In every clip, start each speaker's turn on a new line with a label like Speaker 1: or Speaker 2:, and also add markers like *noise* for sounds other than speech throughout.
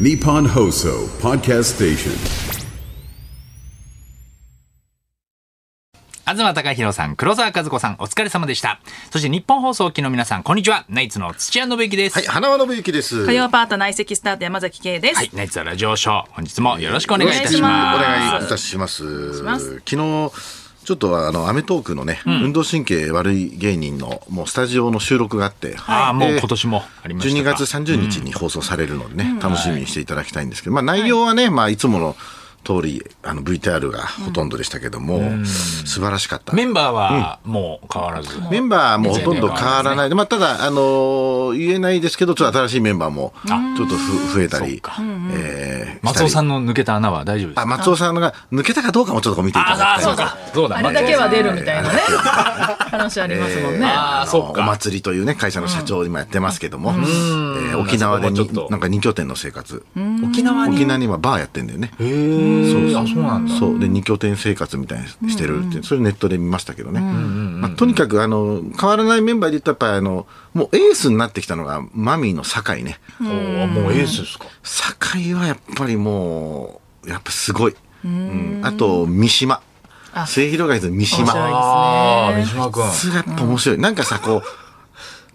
Speaker 1: Nippon Hoso Podcast Station.
Speaker 2: 東貴博さん、黒沢和子さん、お疲れ様でした。そして日本放送機の皆さん、こんにちは。ナイツの土屋信之です。
Speaker 3: はい、花輪信之です。
Speaker 4: 火曜パート内席スタート山崎圭です。
Speaker 2: はい、ナイツはラジオショー、本日もよろしくお願いいたし
Speaker 3: お
Speaker 2: ます。
Speaker 3: 願いいたします。
Speaker 4: しま
Speaker 3: 昨
Speaker 4: す
Speaker 3: 日、ちょっとあの、アメトークのね、運動神経悪い芸人の、もうスタジオの収録があって、
Speaker 2: ああ、もう
Speaker 3: で
Speaker 2: 今年もありました
Speaker 3: 12
Speaker 2: か。
Speaker 3: 月30日に放送されるのでね、楽しみにしていただきたいんですけど、まあ内容はね、まあいつもの通り、あの VTR がほとんどでしたけども、素晴らしかった。
Speaker 2: メンバーはもう変わらず。
Speaker 3: メンバーもほとんど変わらないで、まあ、ただ、あのー言えないですけど、ちょっと新しいメンバーも、ちょっとふ増えた
Speaker 2: そう
Speaker 3: り
Speaker 2: か、
Speaker 3: えー
Speaker 2: 松尾さ
Speaker 3: ん
Speaker 2: んの抜けた穴は大丈夫です
Speaker 3: あ、
Speaker 2: か
Speaker 3: 松尾さんが抜けたかどうかもちょっとこう見ていただきたい
Speaker 2: あ、
Speaker 3: な
Speaker 2: そうか。そうだ、
Speaker 4: あれだけは出るみたいなね
Speaker 3: えー。
Speaker 4: 話ありますもんね。
Speaker 2: あー
Speaker 3: の
Speaker 2: そうか
Speaker 3: お祭りというね、会社の社長を今やってますけども、えー沖縄でに
Speaker 2: そこはちょっと
Speaker 3: なんか二拠点の生活。
Speaker 2: 沖縄に。
Speaker 3: 沖縄に今バーやってんだよね。
Speaker 2: へえ、あ、そうなんだ。
Speaker 3: そう。で、二拠点生活みたいにしてるって、それネットで見ましたけどね。まあとにかく、あの、変わらないメンバーで言ったら、やっぱりあの、もうエースになってきたのが、マミーの酒井ね。
Speaker 2: おーもうエースですか。
Speaker 3: 酒井はやっぱりもう、やっぱすごい。うんあと、三島。末広がりの三
Speaker 4: 面白い
Speaker 3: 島。
Speaker 2: ああ、
Speaker 4: で
Speaker 2: 三
Speaker 4: すね。
Speaker 2: 島君。
Speaker 3: すがやっぱ面白い。なんかさ、こう、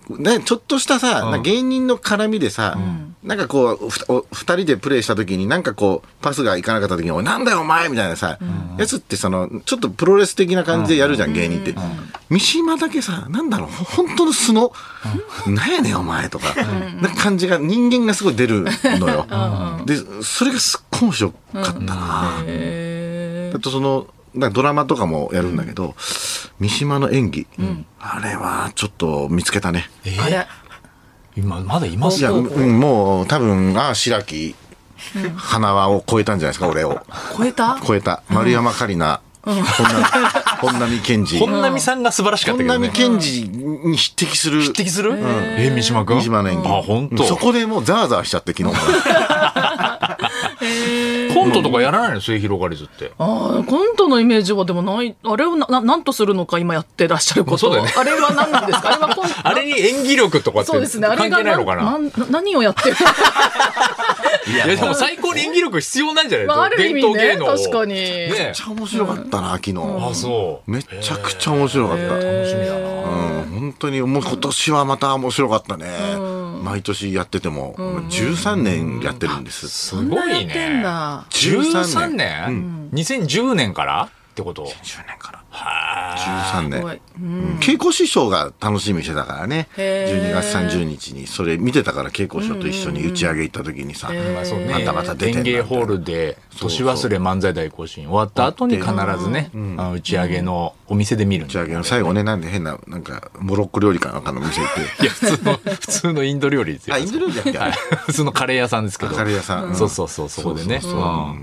Speaker 3: ね、ちょっとしたさ、なんか芸人の絡みでさ、なんかこう、ふたお二人でプレイした時に、なんかこう、パスがいかなかった時に、おい、なんだよお前みたいなさ、やつってその、ちょっとプロレス的な感じでやるじゃん、芸人って。三島だけさ、なんだろう、ほ本当の素の、なんやねんお前とか、な感じが、人間がすごい出るのよ。で、それがすっごい面白かったな。あとその、なんかドラマとかもやるんだけど、三島の演技、あれはちょっと見つけたね。
Speaker 2: え
Speaker 4: あ
Speaker 2: ー
Speaker 4: れ、
Speaker 2: 今、まだいます
Speaker 3: いや、うんもう多分、ああ、白木、花輪を超えたんじゃないですか、俺を。
Speaker 4: 超えた
Speaker 3: 超えた。丸山桂里奈、本並本並健治。
Speaker 2: 本並さんが素晴らしかった
Speaker 3: 本
Speaker 2: けどね
Speaker 3: 並。健治に匹敵する。匹
Speaker 2: 匹敵するえ、三島君
Speaker 3: 三島の演技。
Speaker 2: あ、本当。
Speaker 3: そこでもうザーザーしちゃって、昨日 *laughs* も。
Speaker 2: コントとかやらないの末広がりずって。
Speaker 4: あーコントのイメージはでもない、あれをな、ななんとするのか今やってらっしゃること
Speaker 2: そうだよ
Speaker 4: は。
Speaker 2: ね
Speaker 4: あれは何なんですかあれはコント。
Speaker 2: *laughs* あれに演技力とかって
Speaker 4: そうですね。あ
Speaker 2: 関
Speaker 4: れ
Speaker 2: 係
Speaker 4: が
Speaker 2: ないのかな。
Speaker 4: んん何をやってる
Speaker 2: いや、でも最高に演技力必要なんじゃ
Speaker 4: まあ、
Speaker 2: な
Speaker 4: あ
Speaker 2: い
Speaker 4: る意
Speaker 2: 伝
Speaker 4: 味
Speaker 2: 統芸
Speaker 4: ね。
Speaker 2: 能。
Speaker 4: 確かに。
Speaker 3: め
Speaker 2: ね
Speaker 3: っちゃ面白かったな、昨日。
Speaker 2: あ、そう。
Speaker 3: めちゃくちゃ面白かった。
Speaker 2: 楽しみだな。
Speaker 3: うん、本当にもう今年はまた面白かったね、毎年やってても、13年やってるんです、
Speaker 2: すごい
Speaker 4: やってん
Speaker 2: ね。
Speaker 4: だ。
Speaker 2: 13年 ?2010 年からってこと
Speaker 3: 10年から
Speaker 2: は
Speaker 3: 13
Speaker 4: すごい
Speaker 3: 年、うん、稽古師匠が楽しみにしてたからね
Speaker 4: へー
Speaker 3: 12月30日にそれ見てたから稽古師匠と一緒に打ち上げ行った時にさ、
Speaker 2: い。まあそうね。
Speaker 3: またまた出てんな
Speaker 2: 演芸ホールで、
Speaker 3: うそ
Speaker 2: 年
Speaker 3: う
Speaker 2: 忘れ漫才大行進終わった後に必ずね、あの打ち上げのお店で見るん
Speaker 3: 打
Speaker 2: だ
Speaker 3: ち上げの最後ねなんで変ななんかモロッコ料理かなんかの店行っ
Speaker 2: い
Speaker 3: て
Speaker 2: や、普通の、 *laughs* 普通のインド料理ですよ。
Speaker 3: あインド料理だっけあ
Speaker 2: はい
Speaker 3: れ
Speaker 2: 普通のカレー屋さんですけど。
Speaker 3: カレー屋さん、
Speaker 2: そうそうそう、そこでね。うん
Speaker 3: う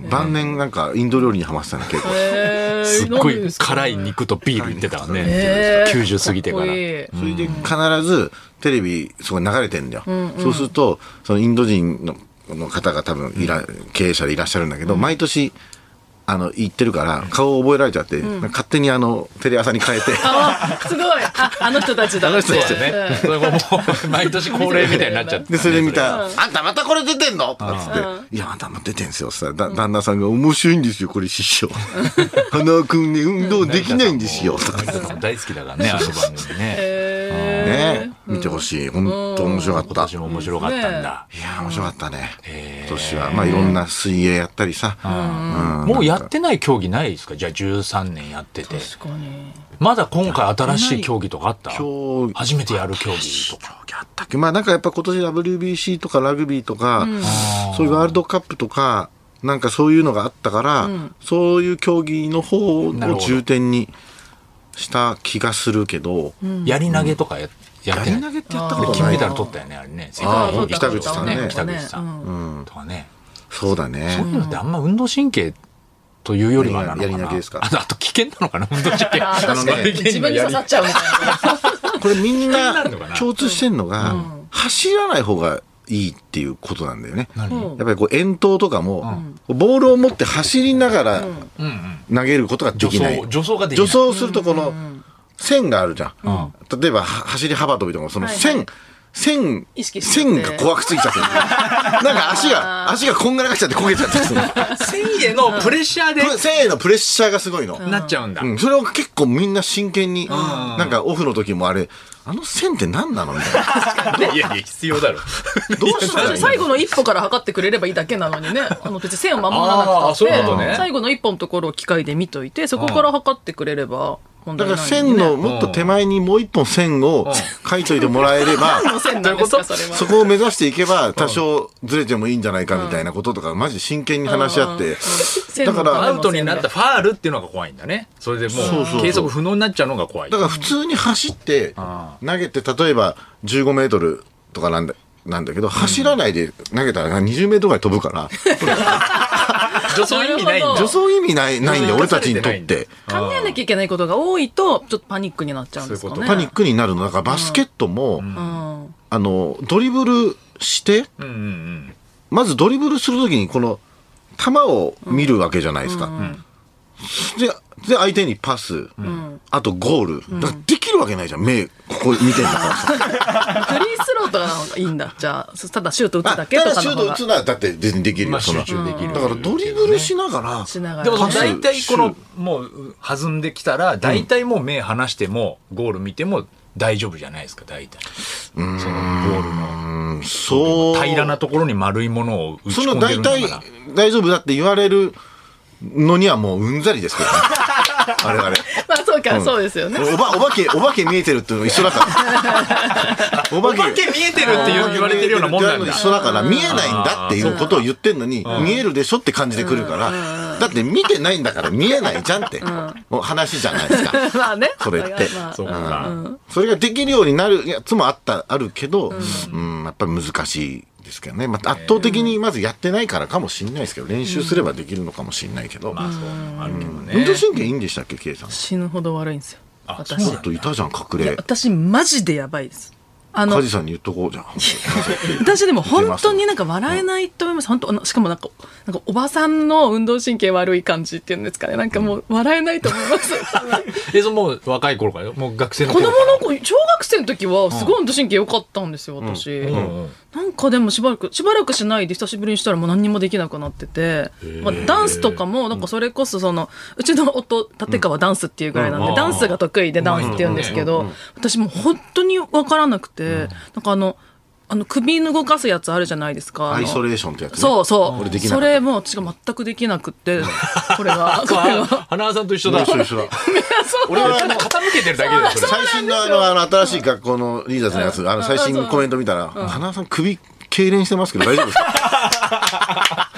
Speaker 3: ん晩年なんかインド料理にハマってたの稽古
Speaker 4: えー
Speaker 2: すっご
Speaker 4: 何
Speaker 2: い
Speaker 4: ですか
Speaker 2: 辛い肉とビールいってたわね
Speaker 4: え。ー
Speaker 2: 90過ぎてから。
Speaker 4: かっこ
Speaker 2: え
Speaker 4: いい
Speaker 3: それで必ずテレビそこに流れてんだよ、そうするとそのインド人のの方が多分いら、経営者でいらっしゃるんだけど、毎年あの行ってるから顔を覚えられちゃって、なんか勝手にあのテレ朝に *laughs* 変えて
Speaker 4: あすごいああの人たちだ
Speaker 3: あの人たち
Speaker 2: ね。それがもう、毎年恒例みたいになっちゃって。
Speaker 3: でそれで見た「あんたまたこれ出てんの?」とかっつって「いやあんたも出てんすよ」そしたらだ旦那さんが「面白いんですよこれ師 *laughs* 匠花輪君ね運動できないんですよ」とかね
Speaker 2: 大好きだからね、あの番組ね。
Speaker 4: え
Speaker 3: 見てほしい本当面白かっ
Speaker 2: 今
Speaker 3: た
Speaker 2: 年も面白かったんだ。
Speaker 3: いやー面白かったね今年はまあいろんな水泳やったりさ、うん
Speaker 2: もうやってない競技ないですかじゃあ13年やってて。
Speaker 4: ー、確かに
Speaker 2: まだ今回新しい競技とかあった
Speaker 3: 競技
Speaker 2: 初めてやる競技とか。
Speaker 3: やったっけまあなんかやっぱ今年 WBC とかラグビーとか、そういうワールドカップとかなんかそういうのがあったから、そういう競技の方を
Speaker 2: なるほど
Speaker 3: 重点にした気がするけど
Speaker 2: やり投げとかやや
Speaker 3: や
Speaker 2: って
Speaker 3: り
Speaker 2: な
Speaker 3: 投
Speaker 2: い
Speaker 3: げってやったこと
Speaker 2: 金
Speaker 3: な
Speaker 2: メ
Speaker 3: い
Speaker 2: ダル取ったよね、あれね。
Speaker 3: あ
Speaker 4: ー
Speaker 2: 世界
Speaker 4: 北口さんね
Speaker 2: 北口さん。とかね。
Speaker 3: そうだね
Speaker 2: そういうのってあんま運動神経というよりはなのかな。
Speaker 3: やり投げですか
Speaker 2: あと、あと危険なのかな、運動神経。
Speaker 4: あー確
Speaker 3: あの
Speaker 4: か
Speaker 3: ね
Speaker 4: に自分に刺さっちゃうみたい
Speaker 3: これみんな
Speaker 2: るのかな
Speaker 3: 共通してんのが、走らない方がいいっていうことなんだよね
Speaker 2: 何
Speaker 3: やっぱりこう遠投とかも、ボールを持って走りながら投げることができない
Speaker 2: 助走助走ができない
Speaker 3: 助走するとこの線があるじゃん、例えばは走り幅跳びとかもその線、線
Speaker 4: 意識しちゃって
Speaker 3: 線が怖くついちゃってるなんか足が、足がこんがらがっちゃって焦げちゃってその
Speaker 2: 繊維へのプレッシャーで
Speaker 3: プ繊維のプレッシャーがすごいの。
Speaker 2: なっちゃうんだ。
Speaker 3: うん、それを結構みんな真剣に、なんかオフの時もあれ、あの線って何なのみたいな。
Speaker 2: いやいや、必要だろ。
Speaker 3: どうしたらいいの
Speaker 4: 最後の一歩から測ってくれればいいだけなの *laughs* にね、あの別に線を守らな
Speaker 2: あー
Speaker 4: く
Speaker 2: そういうこ
Speaker 4: た
Speaker 2: と
Speaker 4: って、
Speaker 2: ね
Speaker 4: 最後の一歩のところを機械で見といて、そこから測ってくれれば、問
Speaker 3: だ
Speaker 4: 題
Speaker 3: か
Speaker 4: な
Speaker 3: ら
Speaker 4: いの
Speaker 3: 線
Speaker 4: にね
Speaker 3: のもっと手前にもう一本線を書いといてもらえれ *laughs* ば、
Speaker 4: 何の線なんですか、そ
Speaker 2: ど
Speaker 4: れは。
Speaker 3: そこを目指していけば多少ずれてもいいんじゃないかみたいなこととか、マジ真剣に話し合って、
Speaker 4: 線の
Speaker 3: だから
Speaker 2: アウトになったファールっていうのが怖いんだね。それでも
Speaker 3: そうそうそう
Speaker 2: う、計測不能になっちゃうのが怖い
Speaker 3: だ。から普通に走って
Speaker 2: あ
Speaker 3: 投げて例えば15メートルとかなんだなんだけど走らないで投げたら20メートルぐらい飛ぶから
Speaker 2: 助走意味ないん
Speaker 4: なるほ
Speaker 2: だ
Speaker 3: 助
Speaker 4: ど。
Speaker 3: 走意味ないないんで
Speaker 2: うん
Speaker 3: 俺たちにとっ
Speaker 2: 出され
Speaker 3: て
Speaker 4: 考えなきゃいけないことが多いと、ちょっとパニックになっちゃうんですかね。
Speaker 2: そういうこと
Speaker 3: パニックになるのだからバスケットも、
Speaker 4: うん
Speaker 3: あのドリブルして
Speaker 2: うんうんうん。
Speaker 3: まずドリブルするときにこの球を見るわけじゃないですか、でで相手にパス、あとゴールだからできるわけないじゃん目ここ見てんだからさ
Speaker 4: フリースローとかの方がいいんだ。じゃあ、ただシュー
Speaker 2: *laughs*
Speaker 4: ト
Speaker 3: あ
Speaker 4: 打つ
Speaker 3: た
Speaker 4: だけと
Speaker 3: だ
Speaker 4: か
Speaker 3: シュ
Speaker 4: の
Speaker 3: ー
Speaker 4: 方
Speaker 3: ト打
Speaker 4: が
Speaker 3: つ。ならだって全然できる
Speaker 2: ま
Speaker 3: よ
Speaker 2: あ
Speaker 3: その
Speaker 2: 集中できる。
Speaker 3: だからドリブルしながら
Speaker 4: しながら。
Speaker 2: でも
Speaker 3: パス
Speaker 2: 大体この、もう弾んできたら、大体もう目離しても、ゴール見ても大丈夫じゃないですか、大体。そのゴールの
Speaker 3: うんそう
Speaker 2: 平らなところに丸いものを打ち
Speaker 3: そ
Speaker 2: 込
Speaker 3: の
Speaker 2: んでる
Speaker 3: 大
Speaker 2: んだ
Speaker 3: 体
Speaker 2: から。
Speaker 3: 大丈夫だって言われるのにはもううんざりです
Speaker 2: *laughs*
Speaker 3: けどね我々
Speaker 4: まあ、そうか、そうですよね。
Speaker 3: おばお化けお化け見えてるっていうの一緒だから
Speaker 2: *laughs*
Speaker 3: お
Speaker 2: お化け見えてるって言う言われてるようなもんなんだ
Speaker 3: 一。緒だから見えないんだっていうことを言ってんのに見えるでしょって感じでくるからだって見てないんだから見えないじゃんってもう話じゃないですか *laughs*
Speaker 4: まあね。
Speaker 3: それって
Speaker 4: まあ
Speaker 2: そうか。
Speaker 3: それができるようになるやつもあったあるけどうんやっぱり難しいですけどねまあ圧倒的にまずやってないからかもしれないですけど練習すればできるのかもしれないけど
Speaker 2: まあそういうのもあるけど
Speaker 3: 運
Speaker 2: ね
Speaker 3: 動。神経いいんでしたっけ K さんち
Speaker 4: 死ぬほど悪いんですよ。私
Speaker 3: ょ。っといたじゃん隠れ
Speaker 4: 私、マジでやばいです。あの
Speaker 3: 梶、さんに言っとこうじゃん
Speaker 4: 私でも本当になんか笑えないと思います。本当、あのしかもなんか、なんかおばさんの運動神経悪い感じっていうんですかね。なんかもう笑えないと思い *laughs* ます。
Speaker 2: え、そのもう若い頃からよ。もう学生の
Speaker 4: 子供
Speaker 2: 頃から。
Speaker 4: の子、小学生の時はすごい運動神経良かったんですよ、私。
Speaker 2: うんうん
Speaker 4: なんかでもしばらく、しばらくしないで久しぶりにしたらもう何にもできなくなってて、まあ、ダンスとかも、なんかそれこそその、うちの夫、立川ダンスっていうぐらいなんで、
Speaker 2: うん
Speaker 4: ダンスが得意でダンスって言うんですけど、私もう本当にわからなくて、なんかあの、あの首の動かすやつあるじゃないですか。あの
Speaker 3: アイソレーションってやつね
Speaker 4: そうそう。
Speaker 3: 俺できなか
Speaker 4: そ
Speaker 3: った
Speaker 4: れも私が全くできなくって、これが、
Speaker 3: *laughs*
Speaker 4: これ
Speaker 2: あ
Speaker 4: が。
Speaker 2: 花輪さんと一緒だ。
Speaker 3: 一緒一緒だ
Speaker 2: 俺はただ傾けてるだけだよ、 *laughs* それ。
Speaker 3: 最新のあのあの新しい学校のリーダーズのやつ、あの最新のコメント見たら、花輪さん首痙攣してますけど大丈夫ですか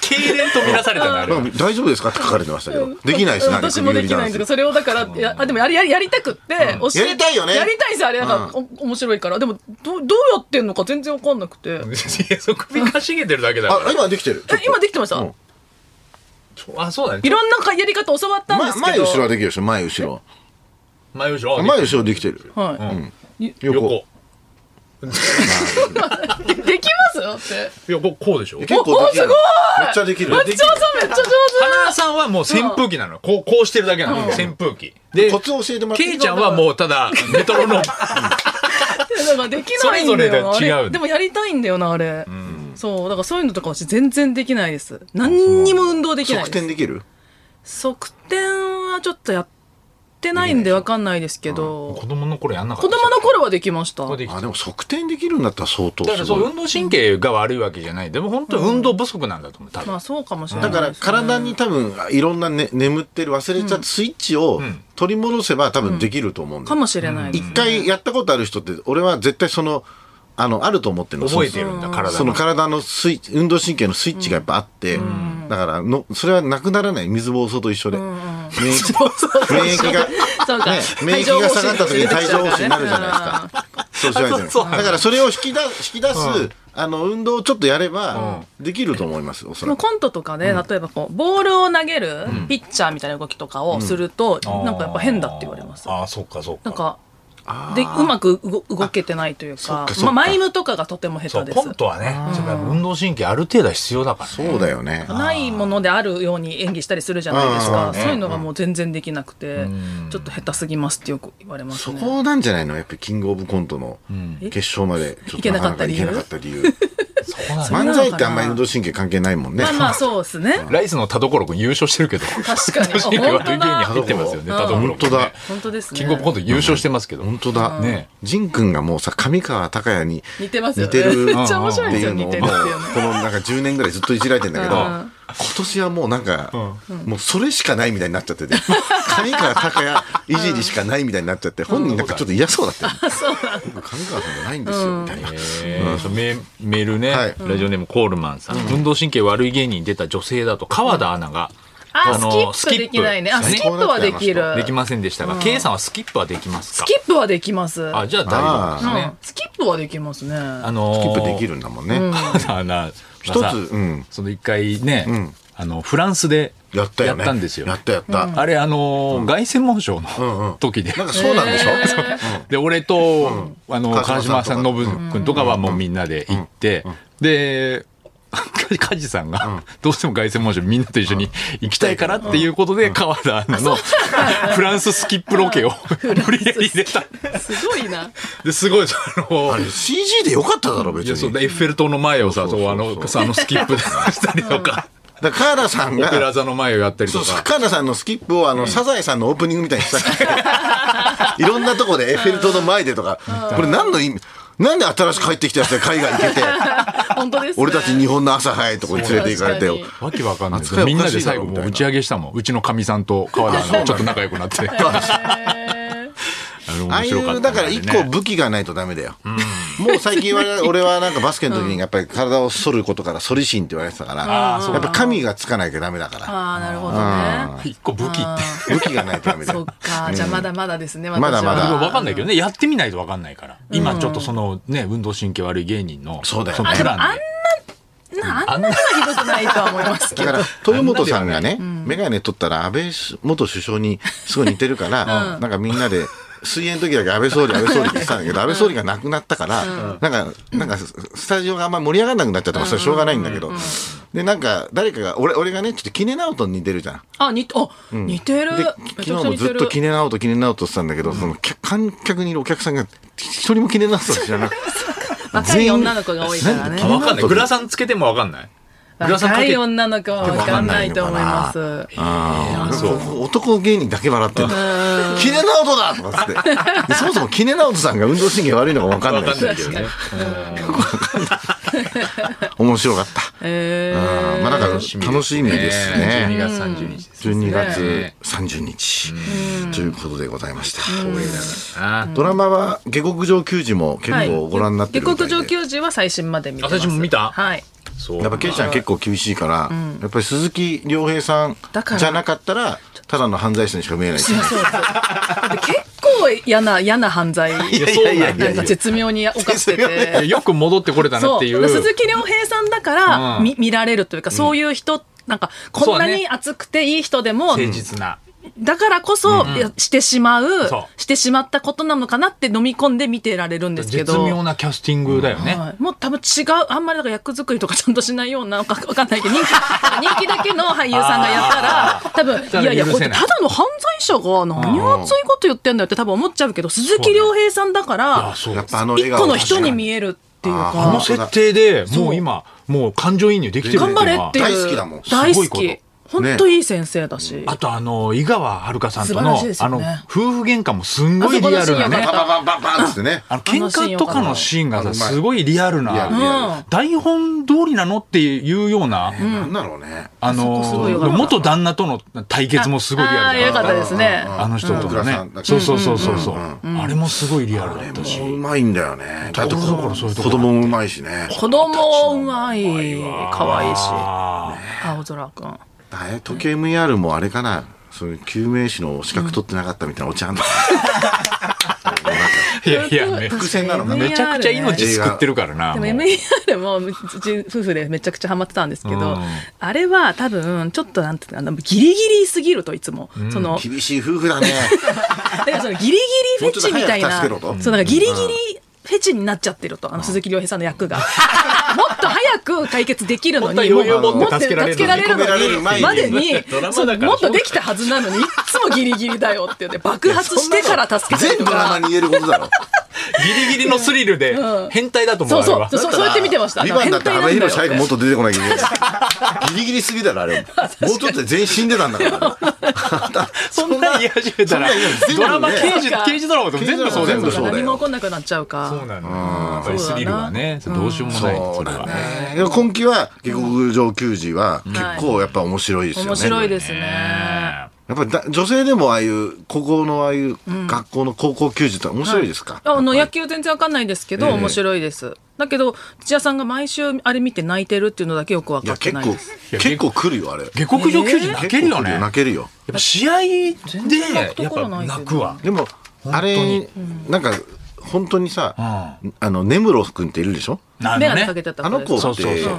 Speaker 2: 痙攣と見なされたんだ、あれは。
Speaker 3: なんか大丈夫ですかって書かれてましたけど、できないですね、あれ
Speaker 4: 私もできないんですけど、それをだから、いやあでもやりやりやりたくって、教えて
Speaker 3: やりたいよね
Speaker 4: やりたいです、あれ、なんか、お面白いから。でも、どどうやってんのか全然わかんなくて。え、
Speaker 2: *laughs* いや、そこ首かしげてるだけだか
Speaker 3: あ、今できてる。ちょっと
Speaker 4: 今できてました、
Speaker 3: うん
Speaker 2: ら。あ、そうだ
Speaker 4: い
Speaker 2: ね。
Speaker 4: ろんなやり方教わったんです
Speaker 3: ま
Speaker 4: けど。
Speaker 3: 前後ろはできるでしょ、前後ろ。
Speaker 2: 前後ろ。
Speaker 3: 前後ろできてる。
Speaker 4: はい、
Speaker 2: 横。
Speaker 4: でできますだって。
Speaker 2: 横、こうでしょ。
Speaker 3: 結構できる。
Speaker 4: おおすごい
Speaker 3: めっちゃできる。
Speaker 4: めっちゃ上手、めっちゃ
Speaker 2: 花輪さんはもう扇風機なの。こう、こうしてるだけなの。扇風機。で、
Speaker 3: コツを教えてもらってい
Speaker 2: ケイ
Speaker 3: い
Speaker 2: ちゃんはもうただ、メトロノーム。
Speaker 4: 上手。なんかできないんだよな。
Speaker 2: それぞれが違う
Speaker 4: あれでもやりたいんだよな、あれ。そう、だからそういうのとか私全然できないです。何にも運動できない
Speaker 3: 側
Speaker 4: です
Speaker 3: 転。できる
Speaker 4: 側転はちょっとやってないんでわかんないですけど、
Speaker 2: *laughs* 子供の頃やんなか
Speaker 4: 子
Speaker 2: った。
Speaker 4: 供の頃はできました。
Speaker 2: でき
Speaker 3: あ、でも側転できるんだったら相当
Speaker 2: だから
Speaker 3: す
Speaker 2: そう
Speaker 3: ごい。
Speaker 2: 運動神経が悪いわけじゃないでも本当に運動不足なんだと思う多分、
Speaker 4: まあそうかもしれな
Speaker 3: だ
Speaker 4: い
Speaker 3: から
Speaker 4: ですね、
Speaker 3: 体に多分いろんな、ね、眠ってる忘れちゃったスイッチを取り戻せば多分できると思うんだよ
Speaker 4: かもしれないです
Speaker 3: 一回やったことある人って俺は絶対そのあのあると思ってるの
Speaker 2: 覚えてるんだ
Speaker 3: その
Speaker 2: 体が
Speaker 3: その体のスイッチ運動神経のスイッチがやっぱあって、だからのそれはなくならない水暴走と一緒で、免疫免疫が
Speaker 4: そうか
Speaker 3: ね、免疫が下がった時に帯状疱疹になるじゃないですか。
Speaker 4: *laughs*
Speaker 3: そうしないとね
Speaker 2: そうそう
Speaker 3: だからそれを引き出引き出す、あの運動をちょっとやればできると思います、おそ
Speaker 4: も
Speaker 3: ら
Speaker 4: う
Speaker 3: く。
Speaker 4: コントとかで、例えばこう、ボールを投げるピッチャーみたいな動きとかをすると、なんかやっぱ変だって言われます。
Speaker 2: ああそっかそっか
Speaker 4: なんか、で、うまく動動けてないという
Speaker 3: そっ
Speaker 4: か
Speaker 3: かそっ、か
Speaker 4: まあ、マイムとかがとても
Speaker 2: そ
Speaker 4: 下
Speaker 2: う
Speaker 4: 手で
Speaker 2: コン
Speaker 4: す。
Speaker 2: トはねそれは運動神経ある程度は必要だから、ね、
Speaker 3: そうだよね。
Speaker 4: ないものであるように演技したりするじゃないです
Speaker 3: あー
Speaker 4: か。そういうのがもう全然できなくて、ちょっと下手すぎますってよく言われます
Speaker 3: そ
Speaker 4: ね。 *laughs*
Speaker 3: こなんじゃないのやっぱりキングオブコントの決勝までちょっとなかなかいけなかった理由。
Speaker 2: こなんだ
Speaker 3: 漫才ってあんまり運動神経関係ないもんね。
Speaker 4: まあまあ、そうですね。
Speaker 2: ライスの田所君優勝してるけど。
Speaker 4: 確かに
Speaker 2: 田所君は
Speaker 4: 本
Speaker 2: 芸
Speaker 4: 当
Speaker 2: 人
Speaker 4: だ
Speaker 2: 入ってますよね、田所君。
Speaker 3: 本当だ。
Speaker 4: 本当ですね。
Speaker 2: キングオブコント優勝してますけど。
Speaker 3: 本当だ。
Speaker 2: ね
Speaker 3: 仁君がもうさ、上川隆也に
Speaker 4: 似てますよね。
Speaker 3: 似てる
Speaker 4: めっちゃ面白い
Speaker 3: っ
Speaker 4: ん
Speaker 3: て
Speaker 4: です
Speaker 3: い
Speaker 4: よ、
Speaker 3: うの
Speaker 4: 似
Speaker 3: を、
Speaker 4: て
Speaker 3: もう
Speaker 4: るんですよね。
Speaker 3: このなんか10年ぐらいずっといじられてんだけど、
Speaker 4: うん
Speaker 3: 今年はもうなんか、もうそれしかないみたいになっちゃ
Speaker 4: *laughs*
Speaker 3: ってて、上川隆也いじりしかないみたいになっちゃって、本人なんかちょっと嫌そうだったよね。
Speaker 4: *laughs*
Speaker 3: 上川さんじゃないんですよ、みたいな。
Speaker 2: えーそうメメールね、
Speaker 3: はい
Speaker 2: ラジオネームコールマンさん、運動神経悪い芸人に出た女性だと川田アナが、
Speaker 4: あ、
Speaker 2: あの
Speaker 4: スキップできないね。あ、ス
Speaker 2: ス
Speaker 4: キ
Speaker 2: キ
Speaker 4: ップはできる。
Speaker 2: できませんでしたが、K さんはスキップはできます
Speaker 4: ス
Speaker 2: か
Speaker 4: キップはできます。
Speaker 2: あじゃあ大丈夫です
Speaker 4: う
Speaker 2: ね
Speaker 4: ん、スキップはできますね。
Speaker 2: あの
Speaker 3: ス
Speaker 2: ー
Speaker 3: キップで
Speaker 2: *laughs*
Speaker 3: きるんだもんね。
Speaker 2: 川田アナ
Speaker 3: 一
Speaker 2: 一
Speaker 3: つ、うん。
Speaker 2: その一回ね、
Speaker 3: ん
Speaker 2: あのフランスで
Speaker 3: やったよね。
Speaker 2: んですよ
Speaker 3: やったやった。
Speaker 2: あれあのー凱旋門賞
Speaker 3: んう
Speaker 2: の
Speaker 3: ん
Speaker 2: 時で、
Speaker 3: なんかそうなんでしょ、
Speaker 2: で俺と、あの
Speaker 3: 川
Speaker 2: 川
Speaker 3: 島
Speaker 2: 島
Speaker 3: さ
Speaker 2: さ
Speaker 3: ん
Speaker 2: ん
Speaker 3: と
Speaker 2: 信
Speaker 3: か
Speaker 2: 君とかはもうみんなで行って、で *laughs* 梶さんがどうしても凱旋門賞みんなと一緒に行きたいからっていうことで川田アナの *laughs* フランススキップロケを無理やり入れた
Speaker 4: すごいな。 *laughs*
Speaker 2: ですごいその
Speaker 3: *laughs* あれ CG でよかっただろ、別
Speaker 2: いやそう
Speaker 3: に。
Speaker 2: エッフェル塔の前をさ
Speaker 3: そうそう
Speaker 2: そうあ
Speaker 3: そう
Speaker 2: のさあのスキップでしたりとか
Speaker 3: だから、カーラさん
Speaker 2: オペラ
Speaker 3: が、
Speaker 2: 座の前をやったり
Speaker 3: そ
Speaker 2: と
Speaker 3: うそう、
Speaker 2: か。
Speaker 3: カーラさんのスキップを、あの、サザエさんのオープニングみたいにした。
Speaker 4: *laughs*
Speaker 3: いろんなとこでエッフェル塔の前でとか、これ何の意味、なんで新しく帰ってきたやつが海外行けて、
Speaker 4: 本当です、ね。
Speaker 3: 俺たち日本の朝早いとこに連れて行かれて
Speaker 4: そう確かに、
Speaker 2: わけわかんない
Speaker 3: 扱いおか
Speaker 2: み
Speaker 3: しい
Speaker 2: ん
Speaker 3: だろ
Speaker 2: なで最後
Speaker 3: み
Speaker 2: も
Speaker 3: たいうな
Speaker 2: 打ち上げしたもんうちのかみさんと川田アナがちょっと仲良くなってあ
Speaker 4: へー
Speaker 2: の
Speaker 3: ああ
Speaker 2: 面
Speaker 3: い
Speaker 2: 白か
Speaker 3: う、
Speaker 2: った
Speaker 3: だ
Speaker 2: ん
Speaker 3: から
Speaker 2: ね
Speaker 3: 一個武器がないとダメだよ。もう最近は、俺はなんかバスケの時にやっぱり体を反ることから反り心って言われてたから、やっぱ神がつかないとダメだから、
Speaker 4: ああ、なるほどね。
Speaker 2: 一個武器って。
Speaker 3: 武器がないとダメだ
Speaker 4: そっ
Speaker 3: よ。
Speaker 4: か。じゃあまだまだですね、私は。
Speaker 3: まだまだ
Speaker 2: 僕は分かんないけどね、やってみないと分かんないから。今ちょっとそのね、運動神経悪い芸人の、
Speaker 3: そうだよね
Speaker 2: のプランで。
Speaker 4: なあんなにはひどくないとは思いますけ
Speaker 3: だ
Speaker 4: ど。
Speaker 3: から、豊本さんがね、メガネ取ったら安倍元首相にすごい似てるから、なんかみんなで、水泳の時だけ安倍総理、安倍総理って言ってたんだけど、安倍総理が亡くなったから、なんか、なんか、スタジオがあんまり盛り上がらなくなっちゃったから、それはしょうがないんだけど、で、なんか、誰かが、俺、俺がね、ちょっとキネナオトに似てるじゃん。
Speaker 4: あ、似て、あ、似てる
Speaker 3: で。昨
Speaker 4: めち
Speaker 3: 日
Speaker 4: ゃくちゃ
Speaker 3: も
Speaker 4: 似て
Speaker 3: ずっと
Speaker 4: る。
Speaker 3: キネナオト、キネナオトって言ってたんだけど、その客観客にいるお客さんが、一人もキネナオト知らなくて。
Speaker 4: *laughs* 若い女の子が多いからね
Speaker 2: あ。分かんない。グラサンつけても分かんない。グラサンか
Speaker 4: 若
Speaker 2: け
Speaker 4: い女の子はわかんないと思います。
Speaker 3: ああ、
Speaker 2: そう
Speaker 3: そう。男芸人だけ笑ってる。キネナオトだとかっつってで。そもそもキネナオトさんが運動神経悪いのが分かんな
Speaker 2: 分
Speaker 3: い
Speaker 2: か
Speaker 3: し
Speaker 2: んないけどね。
Speaker 3: 面白かった。
Speaker 4: え
Speaker 3: うん
Speaker 4: ー、
Speaker 3: まあなんか
Speaker 2: 楽
Speaker 3: 楽
Speaker 2: しみ
Speaker 3: しみ
Speaker 2: ですね
Speaker 3: です
Speaker 2: 12
Speaker 3: ね。
Speaker 2: 月30日です。
Speaker 3: 12月
Speaker 2: ね
Speaker 3: 30日ということでございました。
Speaker 2: あ
Speaker 3: ドラマは下克上球児も結
Speaker 4: はい
Speaker 3: 構ご覧になってるみたいで。
Speaker 4: 下克上球児は最新まで見てます。
Speaker 2: あ最新も見た
Speaker 4: はい。
Speaker 2: そう。
Speaker 3: やっぱケイちゃん結構厳しいから、やっぱり鈴木亮平さん
Speaker 4: だから
Speaker 3: じゃなかったら、ただの犯罪者にしか見えない。
Speaker 4: そうそう。で結構嫌な、嫌な犯罪。
Speaker 2: いやそうなんだ
Speaker 4: なんか
Speaker 2: よ
Speaker 4: 絶妙に犯して
Speaker 2: *laughs*
Speaker 4: て。
Speaker 2: よく戻ってこれたな
Speaker 4: そ
Speaker 2: っ
Speaker 4: う
Speaker 2: てい
Speaker 4: 鈴
Speaker 2: う。
Speaker 4: 木亮平さんだから、
Speaker 2: うん
Speaker 4: み見られるというか、そういう人、なんか、こんな
Speaker 2: そう
Speaker 4: に
Speaker 2: だ
Speaker 4: 熱くていい人でも、
Speaker 2: 誠実な。
Speaker 4: だからこそ、いやしてしまう
Speaker 2: そ
Speaker 4: してしまったことなのかなって飲み込んで見てられるんですけ
Speaker 2: 絶
Speaker 4: ど。
Speaker 2: 妙なキャスティングだよね。
Speaker 4: はい、もう多分違う、あんまりだから役作りとかちゃんとしないような、わかわかんないけど、人気、人気だけの俳優さんがやったら、多分、いやいや、
Speaker 2: 許
Speaker 4: こ
Speaker 2: せな
Speaker 4: れ
Speaker 2: い
Speaker 4: ただの犯罪者が何を熱いこと言ってんだよって多分思っちゃうけど、鈴木亮平さんだか
Speaker 2: あ
Speaker 4: ら、
Speaker 2: そう
Speaker 3: やっぱあの
Speaker 4: 一
Speaker 3: 笑顔
Speaker 4: 個の人に見えるっていう
Speaker 3: あ
Speaker 2: こ
Speaker 4: か
Speaker 2: の、設定で、もう今、もう感情移入できてる
Speaker 4: 頑張れっていう。
Speaker 3: 大好きだもん
Speaker 4: 大好
Speaker 2: すごい
Speaker 4: き
Speaker 2: こ。
Speaker 4: 本当いい先生だし。
Speaker 2: あとあの、井川遥さんと
Speaker 4: 素晴ら
Speaker 2: の、
Speaker 4: しいです
Speaker 2: あ
Speaker 4: よね
Speaker 2: の、夫婦喧嘩もすんごいリアルな
Speaker 4: あ
Speaker 2: ね
Speaker 4: そこのシーンよかっ。
Speaker 3: バババババンっつってね。
Speaker 2: あの、喧嘩とかのシーンが
Speaker 3: あ
Speaker 2: さ、
Speaker 3: のシーンよかった
Speaker 2: すごいリアル
Speaker 3: リアル
Speaker 2: な、
Speaker 3: リアル
Speaker 4: うん
Speaker 2: 台本通りなのっていうような、
Speaker 3: なんだろうね。
Speaker 2: あ
Speaker 4: そこすごいよかっ
Speaker 2: の、
Speaker 4: た
Speaker 2: 元旦那との対決もすごいリ
Speaker 4: あ
Speaker 2: ア
Speaker 4: あ
Speaker 2: ル
Speaker 4: ー、
Speaker 2: だ
Speaker 4: よかったですね。
Speaker 2: あの人と
Speaker 3: うん
Speaker 2: の
Speaker 3: 倉さん
Speaker 2: ね
Speaker 3: だ。け
Speaker 2: そうそうそうそうそう。あれもすごいリアルだったし
Speaker 3: も。ううまいんだよね。だって子
Speaker 2: だからそういうとこ
Speaker 3: 子供もうまいしね。
Speaker 4: 子供うまい。可愛いし。
Speaker 2: あー
Speaker 4: 青空くん。
Speaker 3: あれ時計 VR もあれかな。そういう救命士の資格取ってなかったみたいなお茶あんだ。
Speaker 2: いやいや、め
Speaker 3: 伏線なのかな
Speaker 2: めちゃくちゃ
Speaker 4: MR ね
Speaker 2: 命救ってるからな。
Speaker 4: でも
Speaker 2: もう
Speaker 4: MAR もうち夫婦でめちゃくちゃハマってたんですけど、
Speaker 2: うん
Speaker 4: あれは多分ちょっとなんていうかなギリギリすぎるといつも、その
Speaker 3: 厳しい夫婦だね。
Speaker 4: *laughs* だからそのギリギリフェチみたい
Speaker 3: もうちょっと早く助け
Speaker 4: な
Speaker 3: ろとうん
Speaker 4: そうなんかギリギリフェチになっちゃってるとあの鈴木亮平さんの役が *laughs* もっと早く解決できるの
Speaker 2: もっ
Speaker 4: に
Speaker 2: と余裕を
Speaker 4: もう
Speaker 2: 持って
Speaker 4: もっと
Speaker 2: 助けられるのに
Speaker 4: のにまでに
Speaker 2: ドラマだから
Speaker 4: そう
Speaker 2: そう
Speaker 4: もっとできたはずなのにいつもギリギリだよって言って爆発してから助けて
Speaker 3: 全部
Speaker 4: ると
Speaker 3: ドラマ
Speaker 4: か
Speaker 3: に言えることだろ。
Speaker 2: ギリギリのスリルで変態だと思
Speaker 4: そうう
Speaker 2: あれ
Speaker 4: そう
Speaker 2: は。
Speaker 4: *laughs* そうそうやって見てました
Speaker 3: ビバンだって
Speaker 4: なん
Speaker 3: 幅
Speaker 4: だよ
Speaker 3: 広最後もっと出てこないけど。 *laughs* ギリギリすぎだろ、あ
Speaker 4: *laughs*
Speaker 3: れ。もうちょっとで全員死んでたんだから。
Speaker 2: そんなに言い始めたら
Speaker 3: そんなん言い始めたら全部ね
Speaker 2: ドラマ刑事
Speaker 4: そうか
Speaker 2: 刑事ドラマとか全部そうだよ。
Speaker 3: 全部そうだよ
Speaker 4: 何も起こんなくなっちゃうか
Speaker 2: そうなのよ。やっぱりスリルはね、どうしようもない。
Speaker 3: そうだ
Speaker 2: は
Speaker 3: ね。でも今期は、下克上球児は結構やっぱ面白いですよね。。
Speaker 4: 面白いですすね
Speaker 3: やっぱりだ女性でもああいう、高校のああいう学校の高校球児って面白いですか
Speaker 4: あの野球全然わかんないですけど、
Speaker 3: ええ
Speaker 4: 面白いですだけど土屋さんが毎週あれ見て泣いてるっていうのだけよく分
Speaker 3: い
Speaker 4: か
Speaker 3: や、
Speaker 4: って
Speaker 3: 結
Speaker 4: ない
Speaker 3: 構
Speaker 4: です、
Speaker 3: 結構来るよ、あれ。
Speaker 2: 下克上球児泣けるよね。や
Speaker 3: 泣
Speaker 2: っ
Speaker 3: けるよ。
Speaker 2: ぱ試合で
Speaker 4: 然泣くと
Speaker 2: やっ
Speaker 4: ころな
Speaker 2: ぱ
Speaker 4: いけど
Speaker 2: 泣くわ。
Speaker 3: でも、あれ、なんか、本当にさ、あの、根室くんっているでしょ
Speaker 2: なる
Speaker 4: 眼鏡
Speaker 2: ね
Speaker 4: か。けてた
Speaker 3: あの子
Speaker 4: です
Speaker 2: そ
Speaker 3: っ
Speaker 2: うそう
Speaker 3: て
Speaker 2: そ、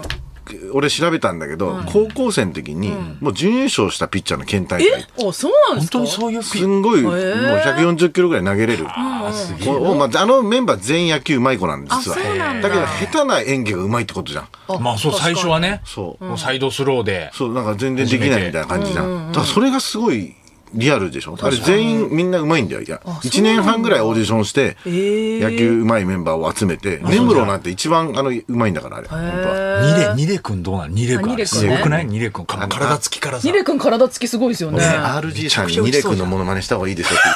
Speaker 3: 俺調べたんだけど、高校生の時に、もう準優勝したピッチャーの県大会。
Speaker 4: おそうなんで
Speaker 2: 本
Speaker 4: すか
Speaker 2: 当にそういうピ
Speaker 3: すんごい、もう
Speaker 4: ー
Speaker 3: 140キロぐらい投げれる。
Speaker 2: あーすげえ。
Speaker 3: おまあ、あのメンバー全員野球うまい子なんです実は
Speaker 4: あそうなんだ
Speaker 3: だけど下手な演技がうまいってことじゃん
Speaker 2: まあそう最初はね、
Speaker 3: そう、
Speaker 2: もうサイドスローで。
Speaker 3: そうなんか全然できないみたいな感じじゃん、だからそれがすごいリアルでしょあれ全員みんなうまいんだよいや1年半ぐらいオーディションして
Speaker 4: ー
Speaker 3: 野球うまいメンバーを集めて根室なんて一番あのうまいんだからあれ本当は
Speaker 2: ニレ、ニレ君どうなのニレ君。
Speaker 4: あニレ君
Speaker 2: す
Speaker 4: ね
Speaker 2: ごくないニレ君。か
Speaker 3: あの
Speaker 2: 体つきからさ
Speaker 4: ニ。レ君体つきすごいですよね
Speaker 3: ね RG さんに
Speaker 2: め
Speaker 3: ニ
Speaker 2: ちゃくちゃ美味し
Speaker 3: レ
Speaker 2: そう
Speaker 3: 君
Speaker 2: じゃ
Speaker 3: の
Speaker 2: ん
Speaker 3: モノマネした方がいいですよっていう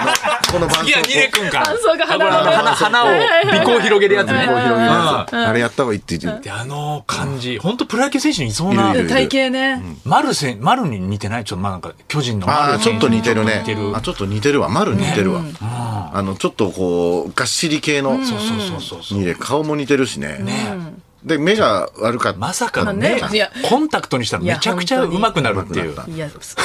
Speaker 3: あのこの番
Speaker 2: 次はニレ
Speaker 3: 組
Speaker 2: 君か。
Speaker 4: 感想が鼻
Speaker 2: あ
Speaker 4: の
Speaker 2: の鼻鼻を、鼻孔を広げるやつね。
Speaker 3: あれやった方がいいって言って
Speaker 2: で、あの感じ、本当プロ野球選手にいそうな
Speaker 3: るい。る
Speaker 4: 体型ね、
Speaker 2: 丸せ、丸に似てないちょっとまあなんか、巨人の
Speaker 3: あ
Speaker 2: 丸
Speaker 3: あ、ちょっと似てるね
Speaker 2: 似てる。
Speaker 3: あ、ちょっと似てるわ。丸似てるわ。あの、ちょっとこう、がっしり系の。
Speaker 2: そうそうそうそうそう。
Speaker 3: 似てる顔も似てるしね。で、目が悪かった。
Speaker 2: まさかの
Speaker 4: まあ
Speaker 2: ね
Speaker 4: ねいや、
Speaker 2: コンタクトにしたらめちゃくちゃ
Speaker 4: いや
Speaker 2: うまくなるっていう。
Speaker 4: いや *laughs* そ